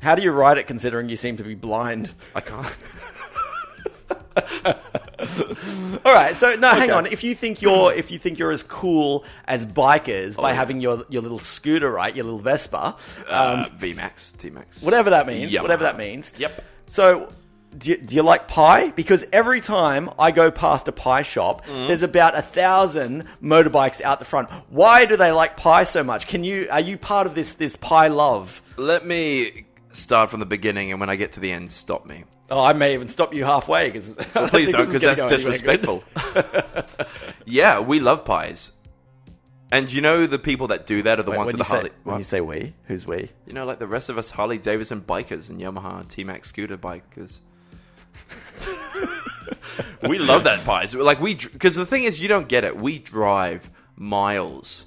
How do you ride it, considering you seem to be blind?
I
Um,
can't.
All right, so no, hang on. If you think you're if you think you're as cool as bikers
Oh.
by having your your little scooter, right, your little Vespa,
Uh, VMAX, T-Max.
whatever that means,
Yamaha.
whatever that means.
Yep.
So, do you, do you like pie? Because every time I go past a pie shop,
Mm.
there's about a thousand motorbikes out the front. Why do they like pie so much? Can you are you part of this this pie love?
Let me start from the beginning, and when I get to the end, stop me.
Oh, I may even stop you halfway because
Please don't, because that's disrespectful. yeah, we love pies. And you know the people that do that are the
Wait,
ones
when,
with
you
the
say,
Harley.
when you
Well,
say we, who's we?
you know, like the rest of us Harley Davidson bikers and Yamaha T Max scooter bikers. we love that pies. Like we, because the thing is, you don't get it. We drive miles,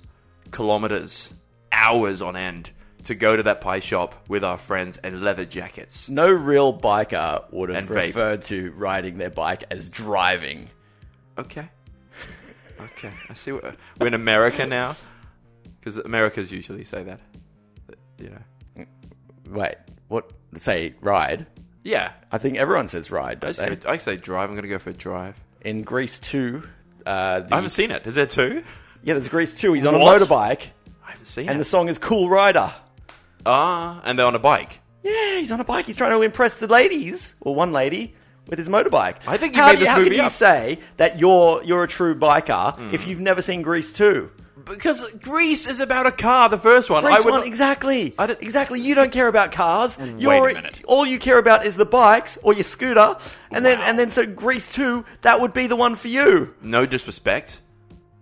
kilometers, hours on end to go to that pie shop with our friends and leather jackets.
No real biker would have
And vape.
referred to riding their bike as driving.
Okay. Okay. I see. What, we're in America now, because Americans usually say that. You know.
Wait, what? Say ride.
Yeah.
I think everyone says ride,
I,
don't
say,
they?
I say drive. I'm gonna go for a drive.
In Greece 2, uh, the-
I haven't seen it. Is there two?
yeah, there's Greece 2. He's on
What?
a motorbike,
I haven't seen
and the
it.
song is Cool Rider.
Ah, and they're on a bike.
Yeah, he's on a bike. He's trying to impress the ladies, or one lady, with his motorbike.
I think you
how
made
do you,
this
how
movie
can you
up. Hmm.
say that you're you're a true biker if you've never seen Greece 2?
because Greece is about a car. The first one,
Race
I would
one,
not-
exactly.
I don't-
exactly. You don't care about cars. You're,
Mm, minute.
All you care about is the bikes or your scooter, and then
Wow.
and then so Grease two, that would be the one for you.
no disrespect,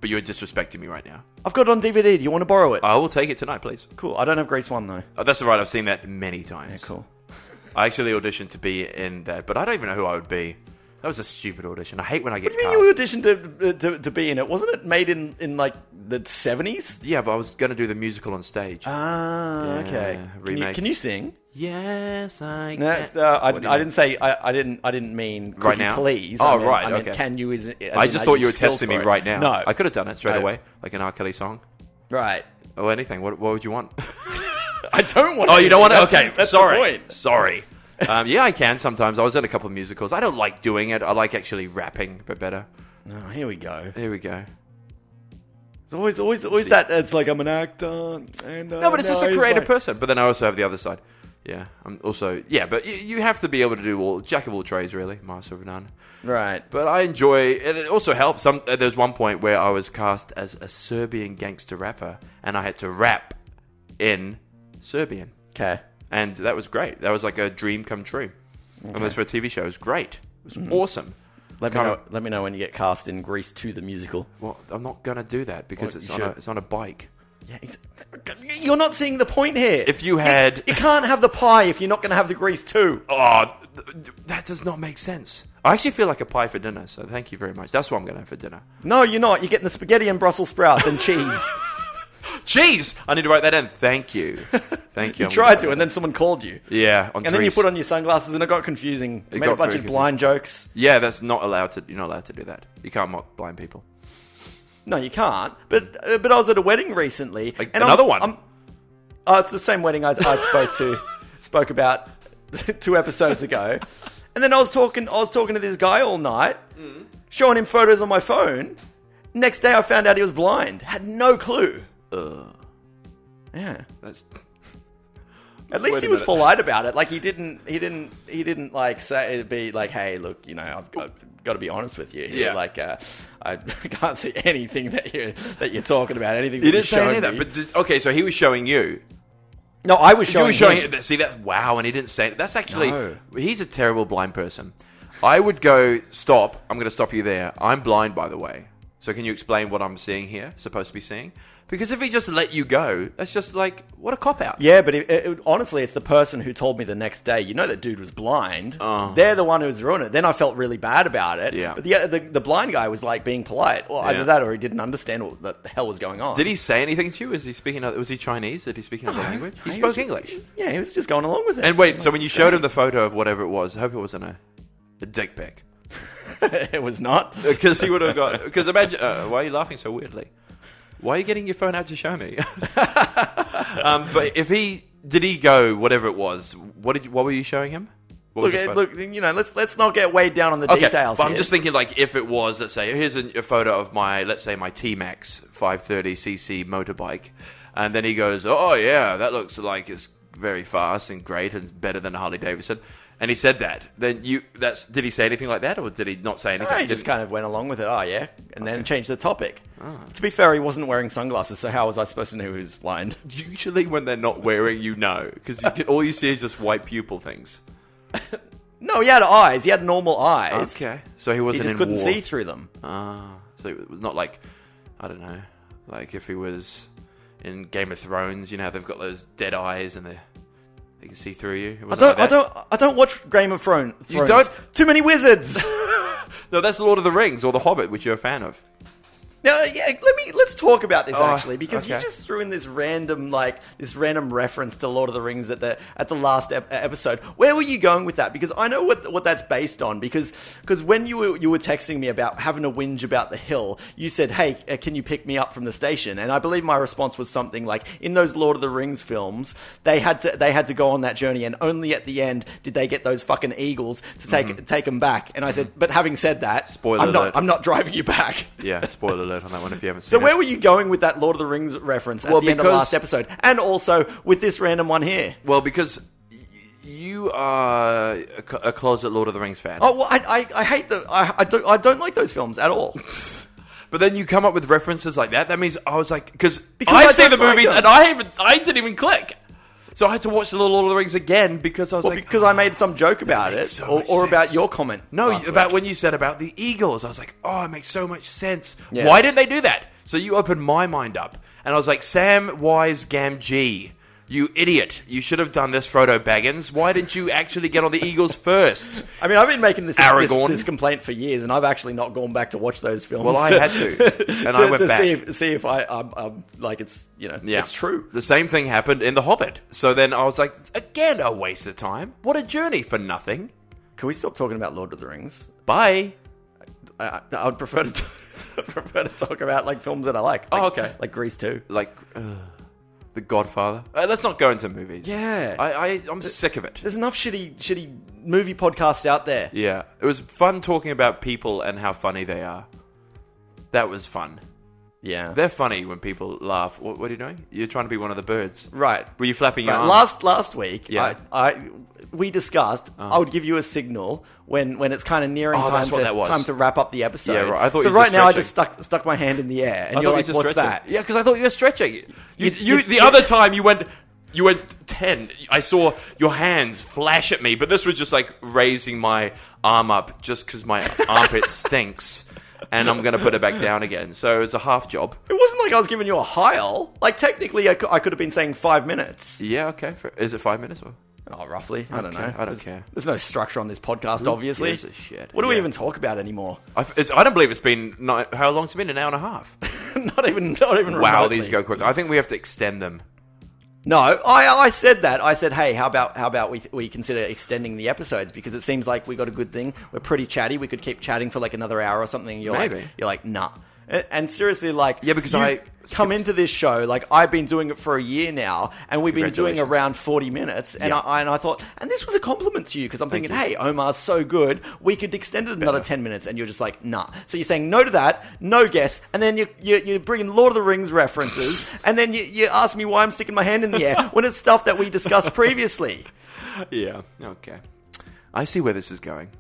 but you're disrespecting me right now.
I've got it on DVD. Do you want to borrow it?
I will take it tonight, please.
cool. I don't have Grease one though.
Oh, that's right. I've seen that many times.
Cool.
I actually auditioned to be in that, but I don't even know who I would be. That was a stupid audition. I hate when I get
I mean,
cast.
you auditioned to, to to be in it. Wasn't it made in in like the seventies?
Yeah, but I was going to do the musical on stage.
Ah, okay. Can you,
remake.
can you sing?
yes, I.
No,
can.
uh, I,
What do you
I
mean?
didn't say. I, I didn't. I didn't mean. Could
Right
you
now?
please?
Oh,
I meant-
right,
I meant,
okay.
Can you? Is, as
I
in,
just
are
thought you were
skilled
testing
for
me
it?
right now.
No,
I could have done it straight
I-
away, like an R. Kelly song
Right.
or anything. What, what would you want?
I don't want.
Oh, you don't want to?
That's-
Okay,
that's the
sorry.
point.
Sorry. Um, yeah, I can sometimes. I was in a couple of musicals. I don't like doing it. I like actually rapping, but better.
No, here we go.
Here we go.
It's always, always, always that. It's like I'm an actor, and
No, but it's just a creative person. But then I also have the other side. Yeah, I'm also yeah. But you, you have to be able to do all jack of all trades, really, master of none.
right?
But I enjoy, and it also helps. Some uh, there's one point where I was cast as a Serbian gangster rapper, and I had to rap in Serbian,
Okay,
and that was great. That was like a dream come true. And it was for a TV show. It was great. It was
Mm-hmm.
awesome.
let me
Come
know.
on.
Let me know when you get cast in Grease to the musical.
Well, I'm not gonna do that because
Well,
it's
you
on a,
should.
it's on a bike.
Yeah, ex- you're not seeing the point here.
If you had,
you can't have the pie if you're not going to have the Grease too.
oh, th- th- that does not make sense. I actually feel like a pie for dinner. So thank you very much. That's what I'm gonna have for dinner.
No, you're not. You're getting the spaghetti and Brussels sprouts and cheese.
Jeez, I need to write that in. Thank you, thank you.
you
I'm gonna
tried
write
to,
that
and then someone called you.
in. yeah, on
And then you
Grease.
put on your sunglasses, and it got confusing. Made a
got
bunch
very
of blind jokes.
Yeah, that's not allowed to. You're not allowed to do that. You can't mock blind people.
No, you can't. But uh, but I was at a wedding recently.
Like,
I'm-
another one?
I'm- oh, it's the same wedding I, I spoke to spoke about two episodes ago. And then I was talking I was talking to this guy all night,
Mm.
showing him photos on my phone. Next day, I found out he was blind. Had no clue.
Ugh.
Yeah.
That's
At least
Wait
he
a
was
minute.
polite about it. Like he didn't, he didn't, he didn't like say it'd be like, "Hey, look, you know, I've, I've got to be honest with you. here.
Yeah.
Like, uh, I can't see anything that you that you're talking about. Anything that
you didn't say
showing
any of that.
me.
But did, okay, so he was showing you.
no, I was
You
showing.
were showing
him.
it. See that? Wow, and he didn't say it. That's actually.
No.
He's a terrible blind person. I would go stop. I'm going to stop you there. I'm blind, by the way. So can you explain what I'm seeing here? Supposed to be seeing? Because if he just let you go, that's just like what a cop out.
Yeah, but it, it, honestly, it's the person who told me the next day. You know that dude was blind.
Oh.
They're the one who's ruined it. Then I felt really bad about it.
Yeah.
But the, the the blind guy was like being polite. Well, either
Yeah.
that or he didn't understand what the hell was going on.
Did he say anything to you? Was he speaking? Was he Chinese? Did he speak another language? He
was
spoke
just-
English.
Yeah, he was just going along with it.
And wait, so when you showed him the photo of whatever it was, I hope it wasn't a, a dick pic.
it was not.
Because he would have got. Because imagine. Uh, why are you laughing so weirdly? Why are you getting your phone out to show me? um, but if he. Did he go, whatever it was, what did you, what were you showing him? What
Look,
was the
eh,
photo?
look, you know, let's let's not get weighed down on the
Okay,
details.
but I'm
here.
just thinking, like, if it was, let's say, here's a, a photo of my, let's say, my T Max 530cc motorbike, and then he goes, "Oh yeah, that looks like it's very fast and great and better than a Harley Davidson," and he said that. Then you, that's did he say anything like that, or did he not say anything?
I just
Didn't-
kind of went along with it. Oh yeah, and then changed the topic. To be fair, he wasn't wearing sunglasses, so how was I supposed to know he was blind?
Usually, when they're not wearing, you know, because you can, all you see is just white pupil things.
No, he had eyes. He had normal eyes.
so he
he
wasn't
just
in
couldn't
war.
see through them.
Ah, so it was not like I don't know, like if he was in Game of Thrones, you know, they've got those dead eyes and they they can see through you. It
I
wasn't
don't, I
like that.
don't, I don't watch Game of Thrones.
You
Thrones.
don't?
Too many wizards.
No, that's Lord of the Rings or The Hobbit, which you're a fan of.
now, yeah, let me let's talk about this
Oh,
actually because you
okay.
just threw in this random like this random reference to Lord of the Rings at the at the last ep- e, episode. Where were you going with that? Because I know what what that's based on. Because because when you were you were texting me about having a whinge about the hill, you said, "Hey, uh, can you pick me up from the station?" And I believe my response was something like, "In those Lord of the Rings films, they had to they had to go on that journey, and only at the end did they get those fucking eagles to take take them back." And I said, "But having said that,
Mm-hmm. Spoiler
I'm
alert.
not I'm not driving you back."
Yeah, spoiler alert on that one if you haven't seen
So
it.
where were you going with that Lord of the Rings reference at
Well,
the end of
because-
last episode, and also with this random one here?
well, because y- you are a c- a closet Lord of the Rings fan.
Oh, well, I, I, I hate the I, I don't I don't like those films at all.
But then you come up with references like that. That means I was like, because
I
I see the
don't like
movies
them.
and I even I didn't even click. So I had to watch the Lord of the Rings again because I was
Well,
like,
because I made some joke about it,
makes so
or,
much
or about
sense.
your comment.
No,
last
about
week.
when you said about the Eagles. I was like, oh, it makes so much sense.
Yeah.
Why did they do that? So you opened my mind up. And I was like, Sam Wise Gamgee, you idiot. You should have done this, Frodo Baggins. Why didn't you actually get on the Eagles first?
I mean, I've been making this, this
Aragorn.
this complaint for years, and I've actually not gone back to watch those films.
Well, I had to. And I went
to
back.
see if see if I I'm, I'm like it's you know it's true.
The same thing happened in The Hobbit. So then I was like, again, a waste of time. What a journey for nothing.
Can we stop talking about Lord of the Rings?
Bye.
I, I, I would prefer to t- I prefer to talk about like films that I like. like
Oh, okay.
like Grease too.
Like, uh, The Godfather. Uh, let's not go into movies.
Yeah. Uh,
I, I, I'm sick of it.
There's enough shitty shitty movie podcasts out there.
Yeah, it was fun talking about people and how funny they are. That was fun.
Yeah,
They're funny when people laugh. What, what are you doing? You're trying to be one of the birds.
right.
Were you flapping your
Right,
arms?
last last week,
Yeah. Uh.
I, I we discussed I would give you a signal when when it's kind of nearing
Oh,
time
that's what
to
that was.
time to wrap up the episode.
Yeah, right. I thought
so.
you were
Right
just
now, I
stretching.
just stuck stuck my hand in the air, and
I
you're
thought
like,
you were
"What's
stretching.
that?"
Yeah, because I thought you were stretching. You, you,
you-
the other time you went, you went ten. I saw your hands flash at me, but this was just like raising my arm up just because my armpit stinks, and I'm gonna put it back down again. So it's a half job.
It wasn't like I was giving you a heil. Like technically, I could, I could have been saying five minutes,
Yeah, okay. For, is it five minutes or?
oh, roughly. I don't know.
Okay, I don't
there's,
care.
There's no structure on this podcast, obviously.
gives a shit?
What do we
Yeah.
even talk about anymore?
I, it's, I don't believe it's been ni- how long? It's been an hour and a half.
not even, not even.
Wow,
remotely.
these go quick. I think we have to extend them.
No, I, I said that. I said, hey, how about how about we, we consider extending the episodes because it seems like we got a good thing. We're pretty chatty. We could keep chatting for like another hour or something. You're like,
Maybe.
you're like, nah. And, and seriously, like,
Yeah, because
you've
I-
come into this show like I've been doing it for a year now, and we've been doing
Congratulations.
around forty minutes, and
Yeah.
I and I thought, and this was a compliment to you because I'm thinking, hey, Omar's so good, we could extend it another ten minutes, and you're just like, nah. So you're saying no to that, no guess, and then you you you bring in Lord of the Rings references, and then you you ask me why I'm sticking my hand in the air when it's stuff that we discussed previously,
Yeah. Okay. I see where this is going,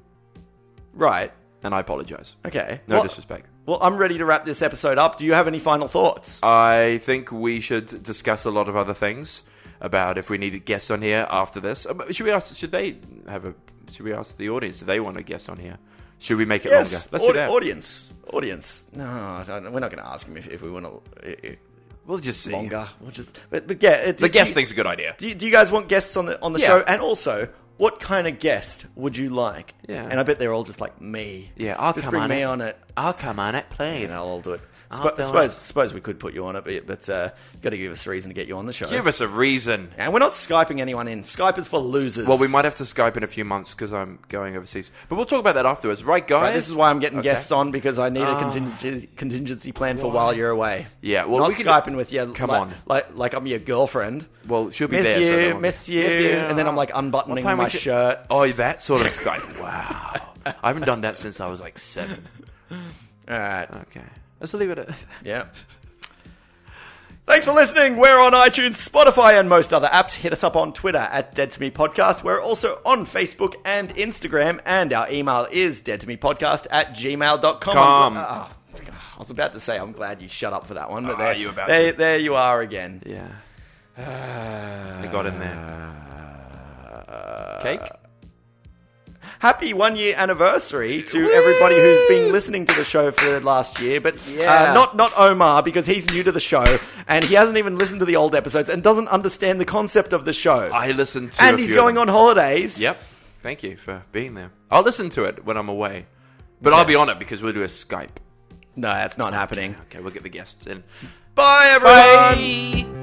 right?
and I apologize.
Okay.
No
well,
disrespect.
Well, I'm ready to wrap this episode up. Do you have any final thoughts?
Oh, I think we should discuss a lot of other things about if we need guests on here after this. Uh, but Should we ask? Should they have a? Should we ask the audience? Do they want a guest on here? Should we make it
yes,
longer? Let's
aud-
do that.
audience, audience. No, I don't, we're not going to ask him if, if we want to
We'll just see.
longer. We'll just, but, but yeah, it,
The guest
do, you-
thing's a good idea.
Do you, do you guys want guests on the on the
Yeah.
show? And also, what kind of guest would you like?
Yeah.
and I bet they're all just like me.
Yeah, I'll
just
come
bring
on
me
it.
on it,
I'll come on it, please.
and I'll all do it.
I'll
Sp-
do it.
suppose suppose we could put you on it, but, but uh, you got to give us a reason to get you on the show.
Give us a reason.
and we're not skyping anyone in. Skype is for losers.
Well, we might have to Skype in a few months because I'm going overseas. But we'll talk about that afterwards, right, guys?
Right, this is why I'm getting
Okay.
guests on because I need a
Ah.
contingency, contingency plan for while you're away.
Yeah, well,
not
we can-
skyping with you.
Come
like,
on.
like like I'm your girlfriend.
Well, she'll be
Matthew,
there. so that won't be-
Matthew,
Matthew.
and then I'm like
What
unbuttoning
time
my
we should-
shirt.
Oh, that sort of Skype. Wow, I haven't done that since I was like seven.
All right,
Okay, let's leave it at.
yeah. Thanks for listening. We're on iTunes, Spotify, and most other apps. Hit us up on Twitter at Dead to Me Podcast. We're also on Facebook and Instagram, and our email is dead to me podcast at gmail.com.
Com.
Ah, I was about to say, I'm glad you shut up for that one, but
Ah,
there,
you about
there, there you are again.
Yeah, I got in there. Uh, Cake.
happy one year anniversary to everybody who's been listening to the show for the last year, but
Yeah.
uh, not not Omar because he's new to the show and he hasn't even listened to the old episodes and doesn't understand the concept of the show.
I listened to.
and
a
he's
few of
going
them.
on holidays.
Yep. Thank you for being there. I'll listen to it when I'm away, but I'll be on it because we'll do a Skype.
No, that's not happening.
Okay, we'll get the guests in.
Bye, everyone.
Bye.